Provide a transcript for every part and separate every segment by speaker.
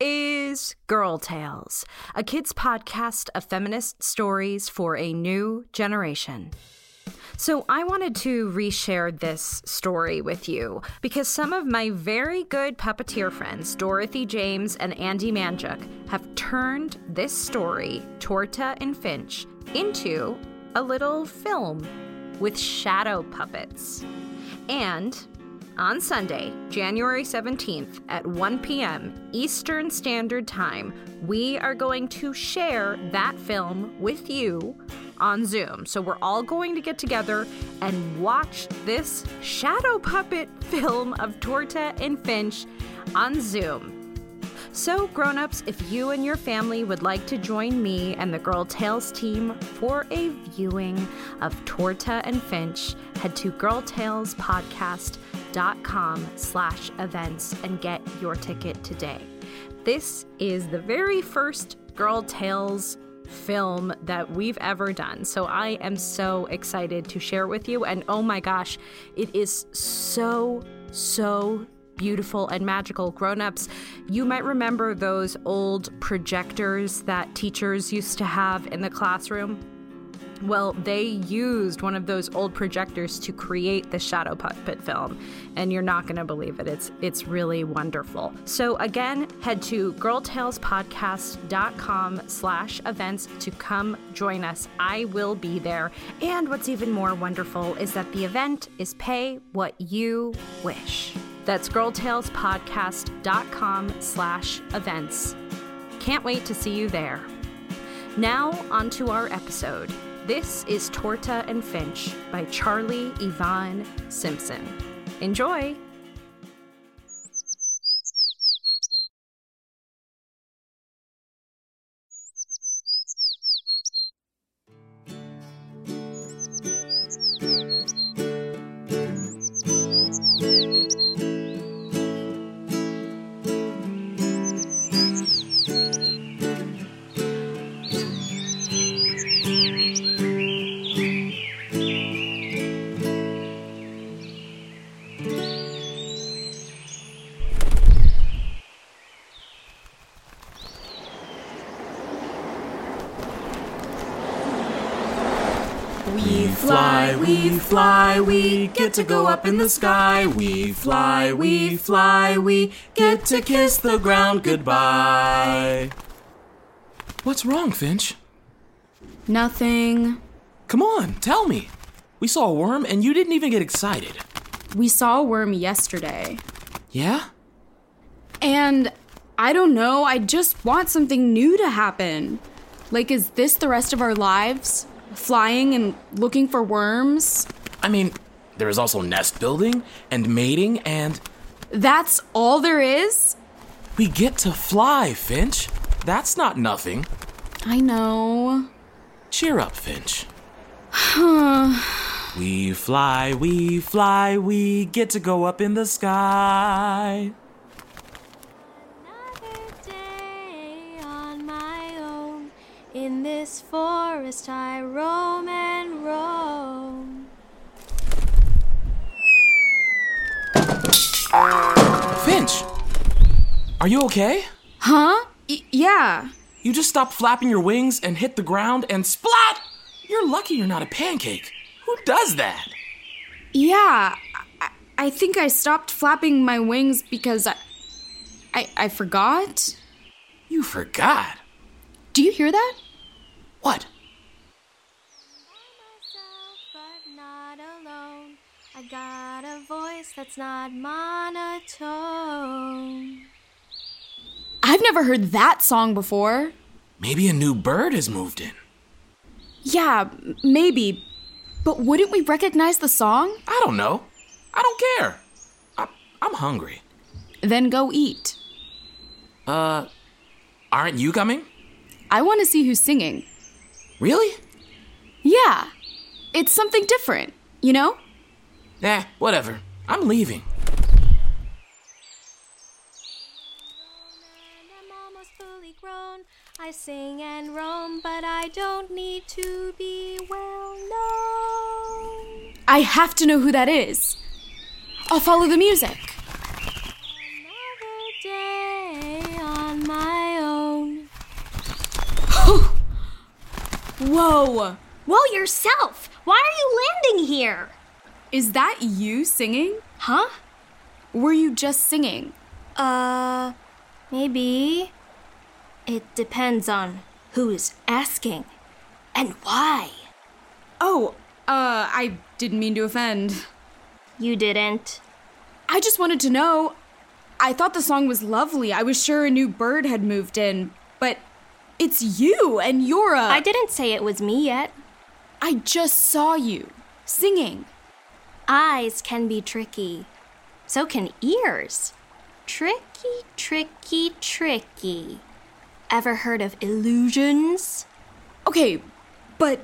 Speaker 1: is Girl Tales, a kids' podcast of feminist stories for a new generation. So, I wanted to reshare this story with you because some of my very good puppeteer friends, Dorothy James and Andy Manjuk, have turned this story, Torta and Finch, into a little film with shadow puppets. And on Sunday, January 17th at 1 p.m. Eastern Standard Time, we are going to share that film with you on Zoom. So we're all going to get together and watch this shadow puppet film of Torta and Finch on Zoom. So, grown-ups, if you and your family would like to join me and the Girl Tales team for a viewing of Torta and Finch, head to girltalespodcast.com slash events and get your ticket today. This is the very first Girl Tales film that we've ever done. So I am so excited to share with you and oh my gosh, it is so so beautiful and magical grown-ups. You might remember those old projectors that teachers used to have in the classroom. Well, they used one of those old projectors to create the shadow puppet film, and you're not going to believe it. It's it's really wonderful. So again, head to girltalespodcast.com/events to come join us. I will be there. And what's even more wonderful is that the event is pay what you wish. That's girltalespodcast.com/events. Can't wait to see you there. Now, on to our episode. This is Torta and Finch by Charlie Yvonne Simpson. Enjoy!
Speaker 2: We fly, we fly, we get to go up in the sky. We fly, we fly, we get to kiss the ground goodbye.
Speaker 3: What's wrong, Finch?
Speaker 4: Nothing.
Speaker 3: Come on, tell me.
Speaker 2: We saw a worm and you didn't even get excited.
Speaker 3: We saw a worm yesterday.
Speaker 2: Yeah?
Speaker 3: And I don't know, I just want something new to happen. Like, is this the rest of our lives? Flying and looking for worms?
Speaker 2: I mean, there is also nest building and mating and
Speaker 3: That's all there is?
Speaker 2: we get to fly, Finch. That's not nothing.
Speaker 3: I know.
Speaker 2: Cheer up, Finch. we fly, we fly, we get to go up in the sky.
Speaker 4: Another day on my own. In this forest I roam and roam.
Speaker 2: Finch! Are you okay?
Speaker 3: Huh? Y- yeah.
Speaker 2: You just stopped flapping your wings and hit the ground and splat! You're lucky you're not a pancake. Who does that?
Speaker 3: Yeah. I, I think I stopped flapping my wings because I, I. I forgot?
Speaker 2: You forgot.
Speaker 3: Do you hear that?
Speaker 2: What?
Speaker 4: By myself, but not alone. I got a voice that's not monotone.
Speaker 3: I've never heard that song before.
Speaker 2: Maybe a new bird has moved in.
Speaker 3: Yeah, m- maybe. But wouldn't we recognize the song?
Speaker 2: I don't know. I don't care. I, I'm hungry.
Speaker 3: Then go eat.
Speaker 2: Uh, aren't you coming?
Speaker 3: I want to see who's singing.
Speaker 2: Really?
Speaker 3: Yeah. It's something different, you know?
Speaker 2: Nah, whatever. I'm leaving.
Speaker 4: And I'm almost fully grown. I sing and roam, but I don't need to be well known.
Speaker 3: I have to know who that is. I'll follow the music.
Speaker 4: Another day on my own.
Speaker 3: Whoa.
Speaker 5: Whoa, yourself! Why are you landing here?
Speaker 3: Is that you singing?
Speaker 5: Huh?
Speaker 3: Were you just singing?
Speaker 4: Uh, maybe.
Speaker 5: It depends on who is asking and why.
Speaker 3: Oh, uh, I didn't mean to offend.
Speaker 5: You didn't.
Speaker 3: I just wanted to know. I thought the song was lovely. I was sure a new bird had moved in, but it's you and you're a.
Speaker 5: I didn't say it was me yet.
Speaker 3: I just saw you singing.
Speaker 5: Eyes can be tricky. So can ears. Tricky, tricky, tricky. Ever heard of illusions?
Speaker 3: Okay, but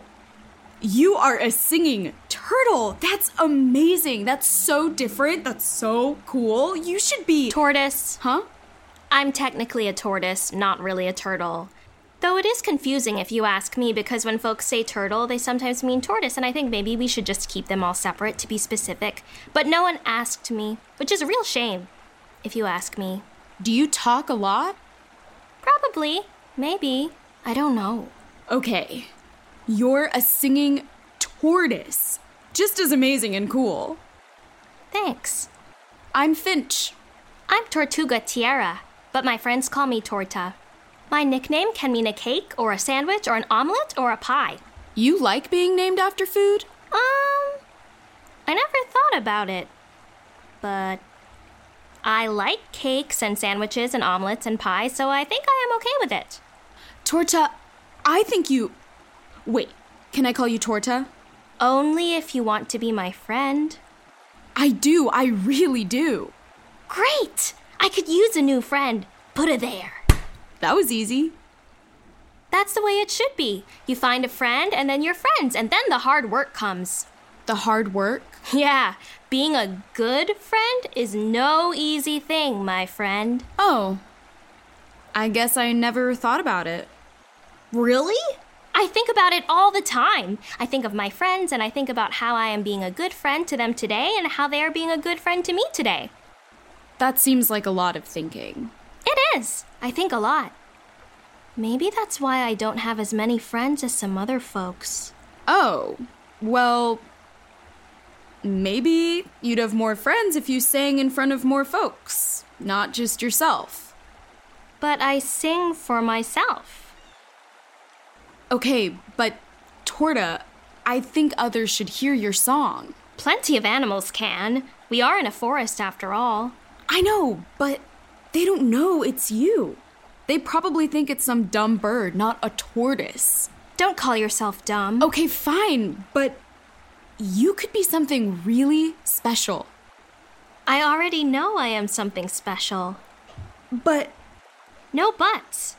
Speaker 3: you are a singing turtle. That's amazing. That's so different. That's so cool. You should be.
Speaker 5: Tortoise.
Speaker 3: huh?
Speaker 5: I'm technically a tortoise, not really a turtle. Though it is confusing if you ask me, because when folks say turtle, they sometimes mean tortoise, and I think maybe we should just keep them all separate to be specific. But no one asked me, which is a real shame, if you ask me.
Speaker 3: Do you talk a lot?
Speaker 5: Probably, maybe, I don't know.
Speaker 3: Okay. You're a singing tortoise. Just as amazing and cool.
Speaker 5: Thanks.
Speaker 3: I'm Finch.
Speaker 5: I'm Tortuga Tierra, but my friends call me Torta. My nickname can mean a cake, or a sandwich, or an omelet, or a pie.
Speaker 3: You like being named after food?
Speaker 5: Um, I never thought about it, but I like cakes and sandwiches and omelets and pie, so I think I am okay with it.
Speaker 3: Torta, I think you. Wait, can I call you Torta?
Speaker 5: Only if you want to be my friend.
Speaker 3: I do, I really do.
Speaker 5: Great! I could use a new friend. Put it there.
Speaker 3: That was easy.
Speaker 5: That's the way it should be. You find a friend, and then you're friends, and then the hard work comes.
Speaker 3: The hard work.
Speaker 5: Yeah, being a good friend is no easy thing, my friend.
Speaker 3: Oh. I guess I never thought about it.
Speaker 5: Really? I think about it all the time. I think of my friends and I think about how I am being a good friend to them today and how they are being a good friend to me today.
Speaker 3: That seems like a lot of thinking.
Speaker 5: It is. I think a lot. Maybe that's why I don't have as many friends as some other folks.
Speaker 3: Oh, well. Maybe you'd have more friends if you sang in front of more folks, not just yourself.
Speaker 5: But I sing for myself.
Speaker 3: Okay, but Torta, I think others should hear your song.
Speaker 5: Plenty of animals can. We are in a forest after all.
Speaker 3: I know, but they don't know it's you. They probably think it's some dumb bird, not a tortoise.
Speaker 5: Don't call yourself dumb.
Speaker 3: Okay, fine, but you could be something really special.
Speaker 5: I already know I am something special.
Speaker 3: But
Speaker 5: No buts.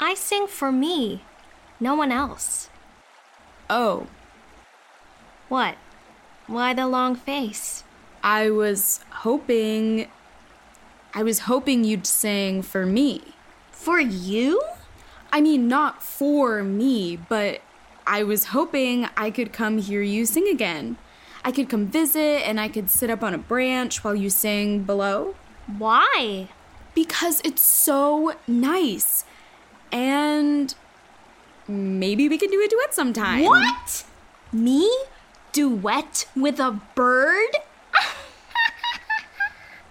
Speaker 5: I sing for me, no one else.
Speaker 3: oh,
Speaker 5: What? Why the long face?
Speaker 3: I was hoping I was hoping you'd sing for me.
Speaker 5: For you?
Speaker 3: I mean, not for me, but I was hoping I could come hear you sing again. I could come visit and I could sit up on a branch while you sing below
Speaker 5: Why?
Speaker 3: because it's so nice. And maybe we can do a duet sometime.
Speaker 5: What? Me? Duet with a bird?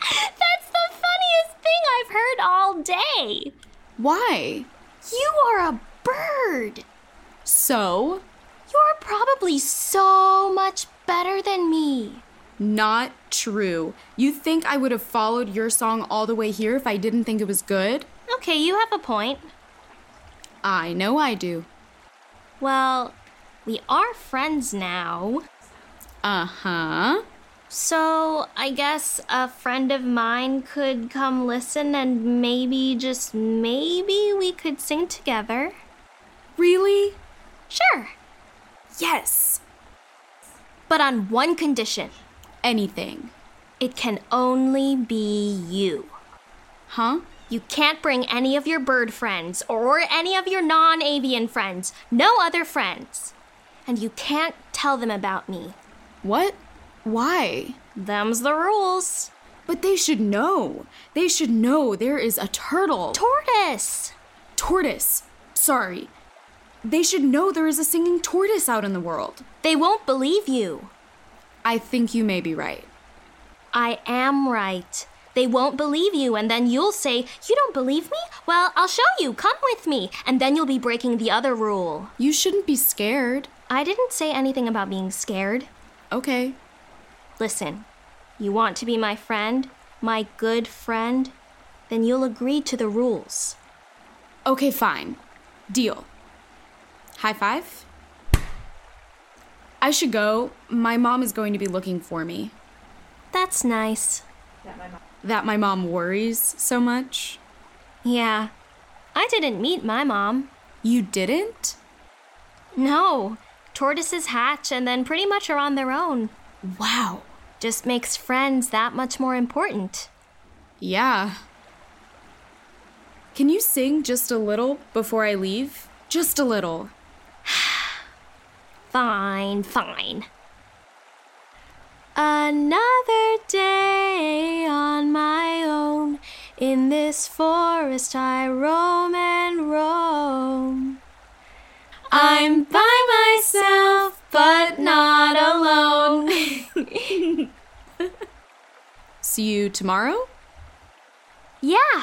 Speaker 5: That's the funniest thing I've heard all day.
Speaker 3: Why?
Speaker 5: You are a bird.
Speaker 3: So,
Speaker 5: You're probably so much better than me.
Speaker 3: not true. You think I would have followed your song all the way here if I didn't think it was good?
Speaker 5: Okay, you have a point.
Speaker 3: I know I do.
Speaker 5: Well, we are friends now.
Speaker 3: Uh huh.
Speaker 5: So, I guess a friend of mine could come listen and maybe, just maybe, we could sing together.
Speaker 3: Really?
Speaker 5: Sure,
Speaker 3: Yes.
Speaker 5: but on one condition
Speaker 3: Anything.
Speaker 5: it can only be you.
Speaker 3: Huh?
Speaker 5: You can't bring any of your bird friends or any of your non avian friends, no other friends. And you can't tell them about me.
Speaker 3: What? Why?
Speaker 5: Them's the rules.
Speaker 3: But they should know. They should know there is a turtle.
Speaker 5: Tortoise!
Speaker 3: tortoise. Sorry. They should know there is a singing tortoise out in the world.
Speaker 5: They won't believe you.
Speaker 3: I think you may be right.
Speaker 5: I am right. They won't believe you, and then you'll say, You don't believe me? Well, I'll show you. Come with me. And then you'll be breaking the other rule.
Speaker 3: You shouldn't be scared.
Speaker 5: I didn't say anything about being scared.
Speaker 3: Okay.
Speaker 5: Listen, you want to be my friend, my good friend? Then you'll agree to the rules.
Speaker 3: Okay, fine. Deal. High five. I should go. My mom is going to be looking for me.
Speaker 5: That's nice.
Speaker 3: That my mom worries so much.
Speaker 5: Yeah. I didn't meet my mom.
Speaker 3: You didn't?
Speaker 5: No. Tortoises hatch and then pretty much are on their own.
Speaker 3: Wow.
Speaker 5: Just makes friends that much more important.
Speaker 3: Yeah. Can you sing just a little before I leave? Just a little.
Speaker 5: Fine, fine. Another day on my own. In this forest I roam and roam. I'm by myself, but not alone.
Speaker 3: See you tomorrow?
Speaker 5: yeah.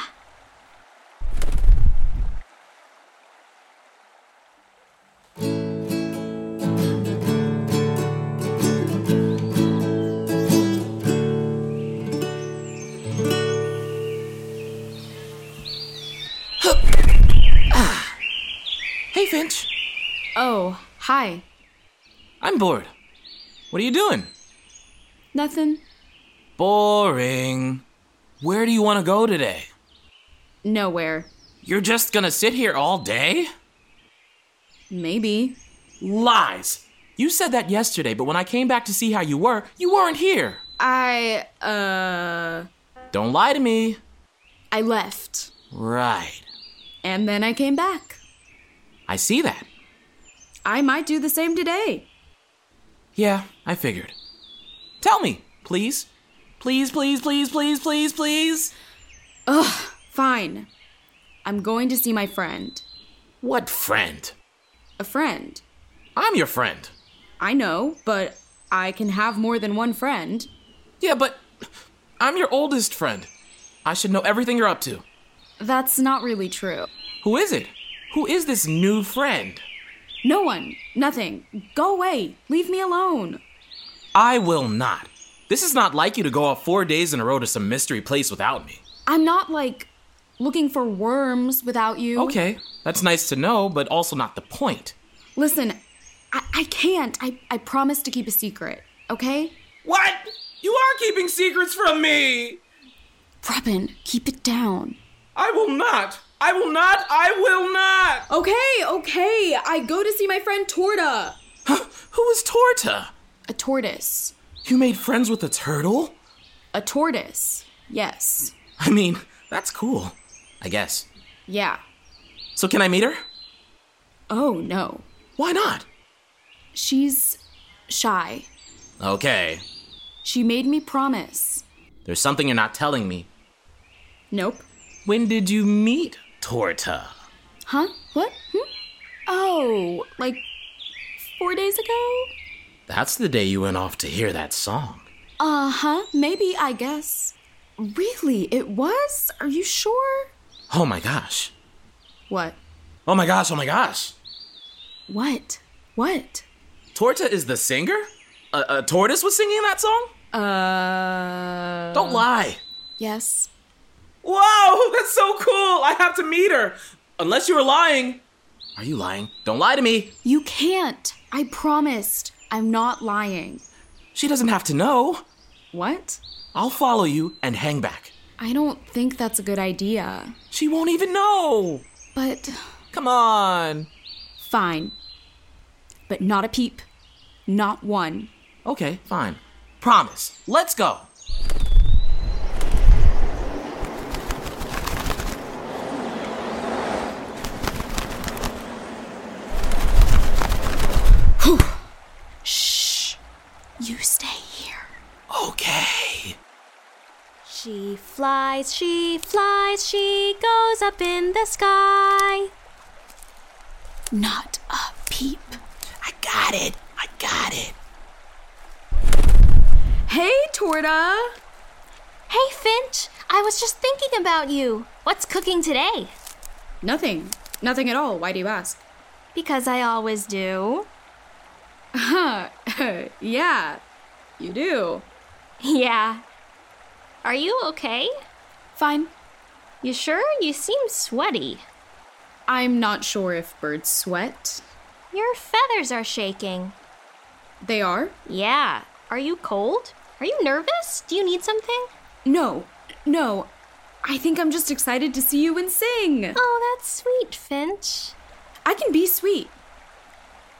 Speaker 2: Hey, Finch.
Speaker 3: Oh, hi.
Speaker 2: I'm bored. What are you doing?
Speaker 3: Nothing?
Speaker 2: Boring. Where do you want to go today?
Speaker 3: Nowhere.
Speaker 2: You're just gonna sit here all day?
Speaker 3: Maybe.
Speaker 2: Lies! You said that yesterday, but when I came back to see how you were, you weren't here.
Speaker 3: I, uh,
Speaker 2: Don't lie to me.
Speaker 3: I left.
Speaker 2: Right.
Speaker 3: And then I came back.
Speaker 2: I see that.
Speaker 3: I might do the same today.
Speaker 2: Yeah, I figured. Tell me, please. Please, please, please, please, please, please.
Speaker 3: Fine. I'm going to see my friend.
Speaker 2: What friend?
Speaker 3: A friend.
Speaker 2: I'm your friend.
Speaker 3: I know, but I can have more than one friend.
Speaker 2: Yeah, but I'm your oldest friend. I should know everything you're up to.
Speaker 3: That's not really true.
Speaker 2: Who is it? Who is this new friend?
Speaker 3: No one. Nothing. Go away. Leave me alone.
Speaker 2: I will not. This is not like you to go off four days in a row to some mystery place without me.
Speaker 3: I'm not like looking for worms without you.
Speaker 2: Okay, that's nice to know, but also not the point.
Speaker 3: Listen, I, I can't. I, I promise to keep a secret, okay?
Speaker 2: What? You are keeping secrets from me!
Speaker 3: Robin, keep it down.
Speaker 2: I will not! I will not! I will not!
Speaker 3: Okay, okay. I go to see my friend Torta.
Speaker 2: Who is Torta?
Speaker 3: A tortoise.
Speaker 2: You made friends with a turtle?
Speaker 3: A tortoise. Yes.
Speaker 2: I mean, that's cool. I guess.
Speaker 3: Yeah.
Speaker 2: So, can I meet her?
Speaker 3: Oh, no.
Speaker 2: Why not?
Speaker 3: She's shy.
Speaker 2: Okay.
Speaker 3: She made me promise.
Speaker 2: There's something you're not telling me.
Speaker 3: Nope.
Speaker 2: When did you meet Torta?
Speaker 3: Huh? What? Hmm? Oh, like four days ago?
Speaker 2: That's the day you went off to hear that song.
Speaker 3: Uh huh. Maybe, I guess. Really? It was? Are you sure?
Speaker 2: Oh my gosh.
Speaker 3: What?
Speaker 2: Oh my gosh, oh my gosh.
Speaker 3: What? What?
Speaker 2: Torta is the singer? A, a tortoise was singing that song?
Speaker 3: Uh.
Speaker 2: Don't lie.
Speaker 3: Yes.
Speaker 2: Whoa, that's so cool. I have to meet her. Unless you were lying. Are you lying? Don't lie to me.
Speaker 3: You can't. I promised. I'm not lying.
Speaker 2: She doesn't have to know.
Speaker 3: What?
Speaker 2: I'll follow you and hang back.
Speaker 3: I don't think that's a good idea.
Speaker 2: She won't even know.
Speaker 3: But
Speaker 2: Come on.
Speaker 3: fine. But not a peep. Not one.
Speaker 2: Okay, fine. Promise. Let's go.
Speaker 3: Shh. You stay here.
Speaker 2: Okay.
Speaker 4: She flies, she flies, she goes up in the sky.
Speaker 3: Not a peep.
Speaker 2: I got it. I got it.
Speaker 3: Hey, Torta.
Speaker 5: Hey, Finch, I was just thinking about you. What's cooking today?
Speaker 3: Nothing. Nothing at all. Why do you ask?
Speaker 5: Because I always do.
Speaker 3: Huh. yeah. You do.
Speaker 5: Yeah. Are you okay?
Speaker 3: Fine.
Speaker 5: You sure? You seem sweaty.
Speaker 3: I'm not sure if birds sweat.
Speaker 5: Your feathers are shaking.
Speaker 3: They are?
Speaker 5: Yeah. Are you cold? Are you nervous? Do you need something?
Speaker 3: No. No. I think I'm just excited to see you and sing.
Speaker 5: Oh, that's sweet, Finch.
Speaker 3: I can be sweet.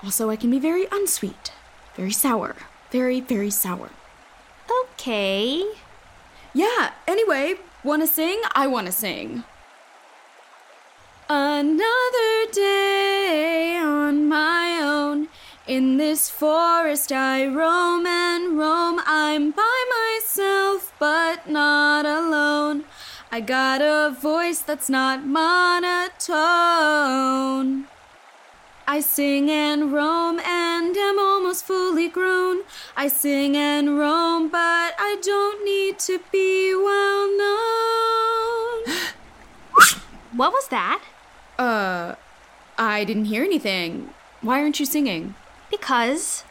Speaker 3: Also, I can be very unsweet, very sour, very, very sour.
Speaker 5: Okay.
Speaker 3: Yeah, anyway, wanna sing? I wanna sing. Another day on my own. In this forest I roam and roam. I'm by myself, but not alone. I got a voice that's not monotone. I sing and roam and am almost fully grown. I sing and roam, but I don't need to be well known.
Speaker 5: What was that?
Speaker 3: Uh, I didn't hear anything. Why aren't you singing?
Speaker 5: Because.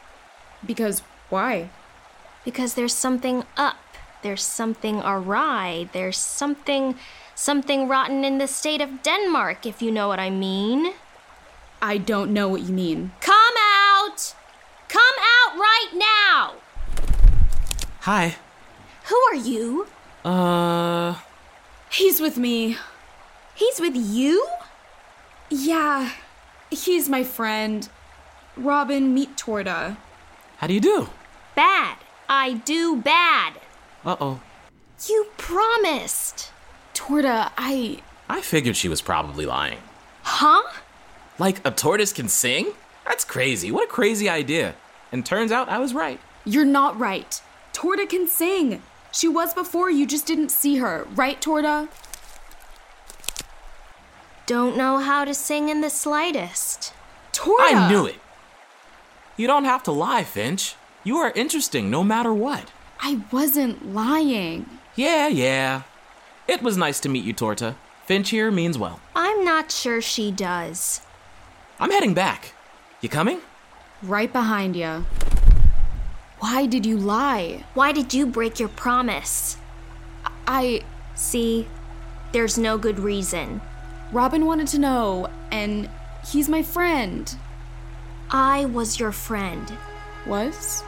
Speaker 3: Because why?
Speaker 5: Because there's something up. There's something awry. There's something. something rotten in the state of Denmark, if you know what I mean.
Speaker 3: I don't know what you mean.
Speaker 5: Come out! Come out right now!
Speaker 2: Hi.
Speaker 5: Who are you?
Speaker 2: Uh,
Speaker 3: He's with me.
Speaker 5: He's with you?
Speaker 3: Yeah, he's my friend. Robin, meet Torta.
Speaker 2: how do you do?
Speaker 5: Bad. I do bad.
Speaker 2: Uh oh.
Speaker 5: You promised.
Speaker 3: Torta, I.
Speaker 2: I figured she was probably lying.
Speaker 5: Huh?
Speaker 2: Like, a tortoise can sing? That's crazy. What a crazy idea. And turns out I was right.
Speaker 3: You're not right. Torta can sing. She was before, you just didn't see her. Right, Torta?
Speaker 5: Don't know how to sing in the slightest.
Speaker 3: Torta!
Speaker 2: I knew it. You don't have to lie, Finch. You are interesting no matter what.
Speaker 3: I wasn't lying.
Speaker 2: Yeah, yeah. It was nice to meet you, Torta. Finch here means well.
Speaker 5: I'm not sure she does.
Speaker 2: I'm heading back. You coming?
Speaker 3: Right behind you. Why did you lie?
Speaker 5: Why did you break your promise?
Speaker 3: I.
Speaker 5: See, there's no good reason.
Speaker 3: Robin wanted to know, and he's my friend.
Speaker 5: I was your friend.
Speaker 3: Was?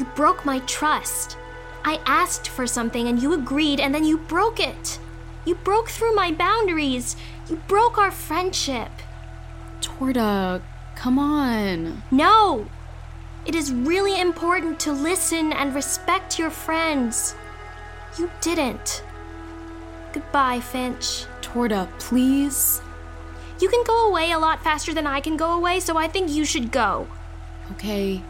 Speaker 5: You broke my trust. I asked for something and you agreed, and then you broke it. You broke through my boundaries. You broke our friendship.
Speaker 3: Torta, come on.
Speaker 5: No! It is really important to listen and respect your friends. You didn't. Goodbye, Finch.
Speaker 3: Torta, please.
Speaker 5: You can go away a lot faster than I can go away, so I think you should go.
Speaker 3: Okay.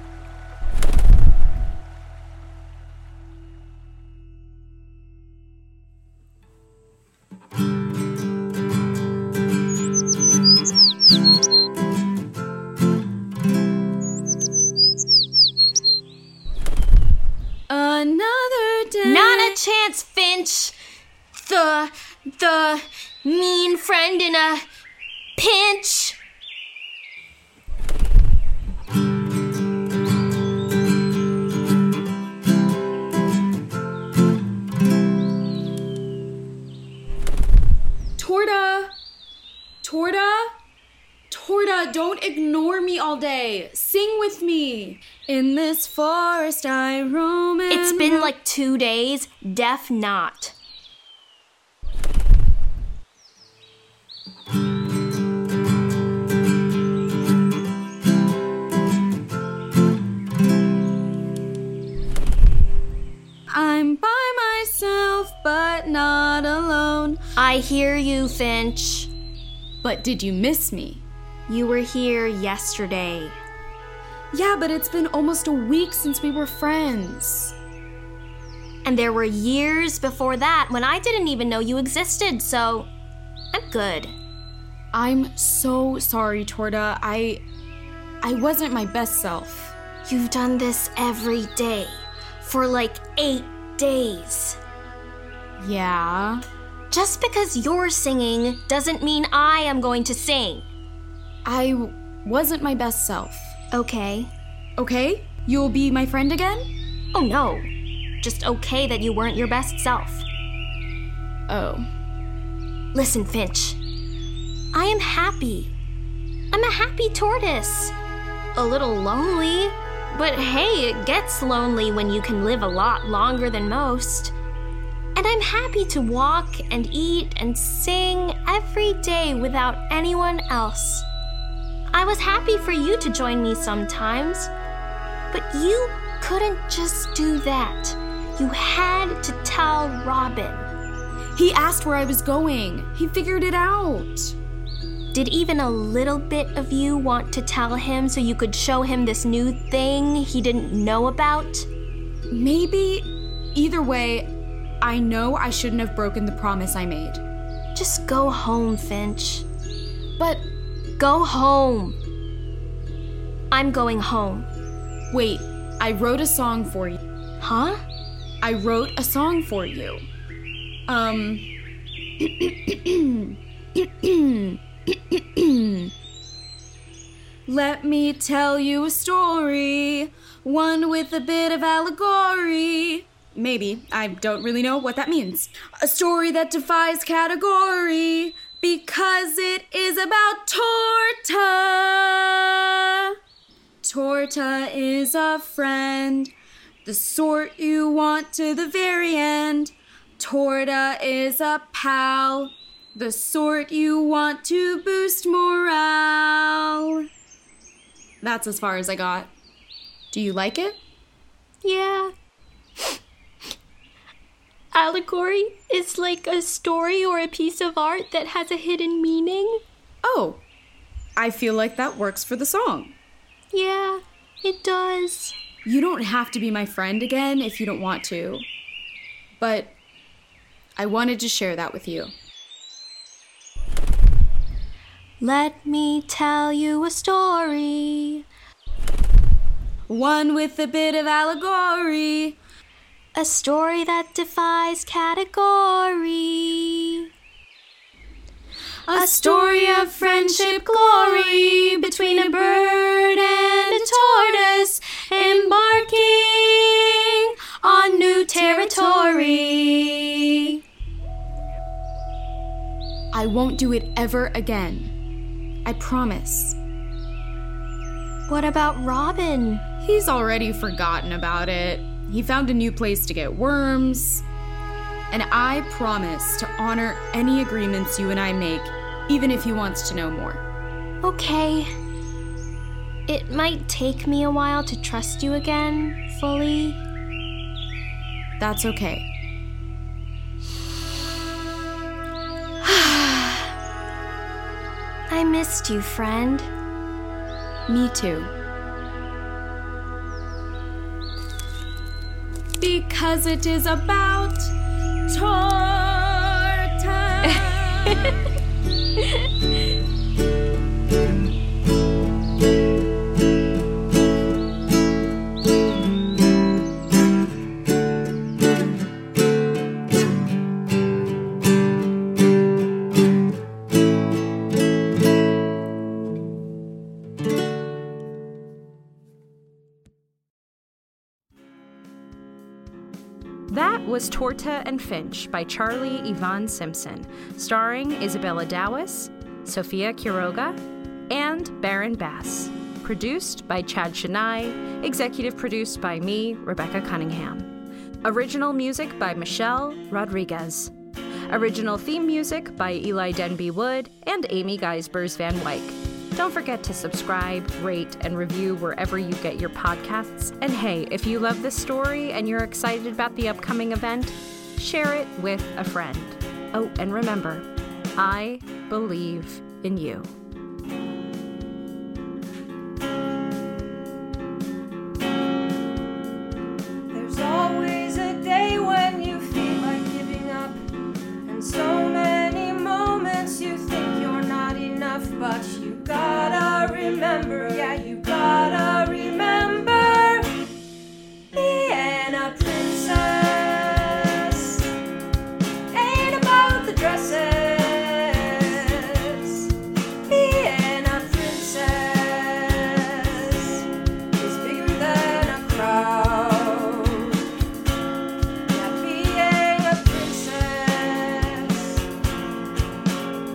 Speaker 3: Another day.
Speaker 5: Not a chance, Finch! The. the. mean friend in a. pinch!
Speaker 3: Torta! Torta! Torta, don't ignore me all day. Sing with me. In this forest I roam and
Speaker 5: It's been like two days. Deaf not.
Speaker 3: I'm by myself, but not alone.
Speaker 5: I hear you, Finch.
Speaker 3: But did you miss me?
Speaker 5: You were here yesterday.
Speaker 3: Yeah, but it's been almost a week since we were friends.
Speaker 5: And there were years before that when I didn't even know you existed, so I'm good.
Speaker 3: I'm so sorry, Torta. I. I wasn't my best self.
Speaker 5: You've done this every day for like eight days.
Speaker 3: Yeah.
Speaker 5: Just because you're singing doesn't mean I am going to sing.
Speaker 3: I w- wasn't my best self.
Speaker 5: Okay.
Speaker 3: Okay? You'll be my friend again?
Speaker 5: Oh no. Just okay that you weren't your best self.
Speaker 3: Oh.
Speaker 5: Listen, Finch. I am happy. I'm a happy tortoise. A little lonely, but hey, it gets lonely when you can live a lot longer than most. And I'm happy to walk and eat and sing every day without anyone else. I was happy for you to join me sometimes, but you couldn't just do that. You had to tell Robin.
Speaker 3: He asked where I was going. He figured it out.
Speaker 5: Did even a little bit of you want to tell him so you could show him this new thing he didn't know about?
Speaker 3: Maybe. Either way, I know I shouldn't have broken the promise I made.
Speaker 5: Just go home, Finch.
Speaker 3: But
Speaker 5: Go home. I'm going home.
Speaker 3: wait, I wrote a song for you.
Speaker 5: Huh?
Speaker 3: I wrote a song for you. Um. Let me tell you a story, one with a bit of allegory. Maybe. I don't really know what that means. A story that defies category because it is about Torta. Torta is a friend. The sort you want to the very end. Torta is a pal. The sort you want to boost morale. That's as far as I got. Do you like it?
Speaker 5: Yeah. Allegory is like a story or a piece of art that has a hidden meaning.
Speaker 3: Oh, I feel like that works for the song.
Speaker 5: Yeah, it does.
Speaker 3: You don't have to be my friend again if you don't want to. But I wanted to share that with you.
Speaker 5: Let me tell you a story.
Speaker 3: One with a bit of allegory.
Speaker 5: A story that defies category.
Speaker 3: A story of friendship glory between a bird and a tortoise embarking on new territory. I won't do it ever again. I promise.
Speaker 6: What about Robin?
Speaker 7: He's already forgotten about it. He found a new place to get worms. And I promise to honor any agreements you and I make, even if he wants to know more.
Speaker 6: Okay.
Speaker 5: It might take me a while to trust you again fully.
Speaker 7: That's okay.
Speaker 5: I missed you, friend.
Speaker 7: Me too.
Speaker 3: Because it is about torture.
Speaker 1: That was Torta and Finch by Charlie Yvonne Simpson, starring Isabella Dawes, Sophia Quiroga, and Baron Bass. Produced by Chad Chennai, executive produced by me, Rebecca Cunningham. Original music by Michelle Rodriguez. Original theme music by Eli Denby Wood and Amy Geisbers Van Wyk. Don't forget to subscribe, rate, and review wherever you get your podcasts. And hey, if you love this story and you're excited about the upcoming event, share it with a friend. Oh, and remember, I believe in you.
Speaker 8: There's always a day when you feel like giving up, and so many moments you think you're not enough. But you gotta remember, yeah, you gotta remember being a princess ain't about the dresses. Being a princess is bigger than a crowd. Yeah, being a princess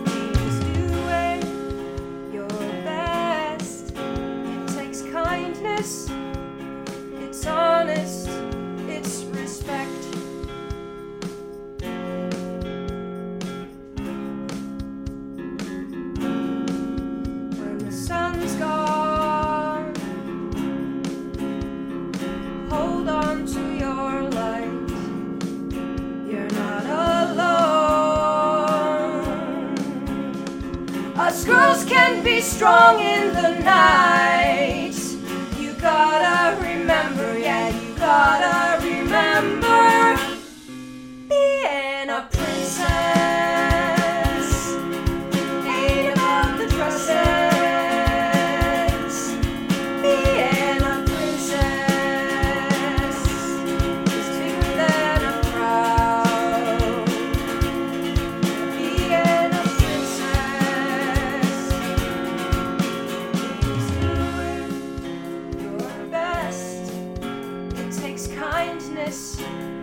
Speaker 8: means doing your best. It takes kindness, it's honest, it's respect. When the sun's gone hold on to your light. You're not alone. Us girls can be strong in the night. You gotta remember, yeah, you gotta remember being a princess. Ain't about the dresses. Being a princess is bigger than a crowd. Being a princess means doing your best. It takes kindness.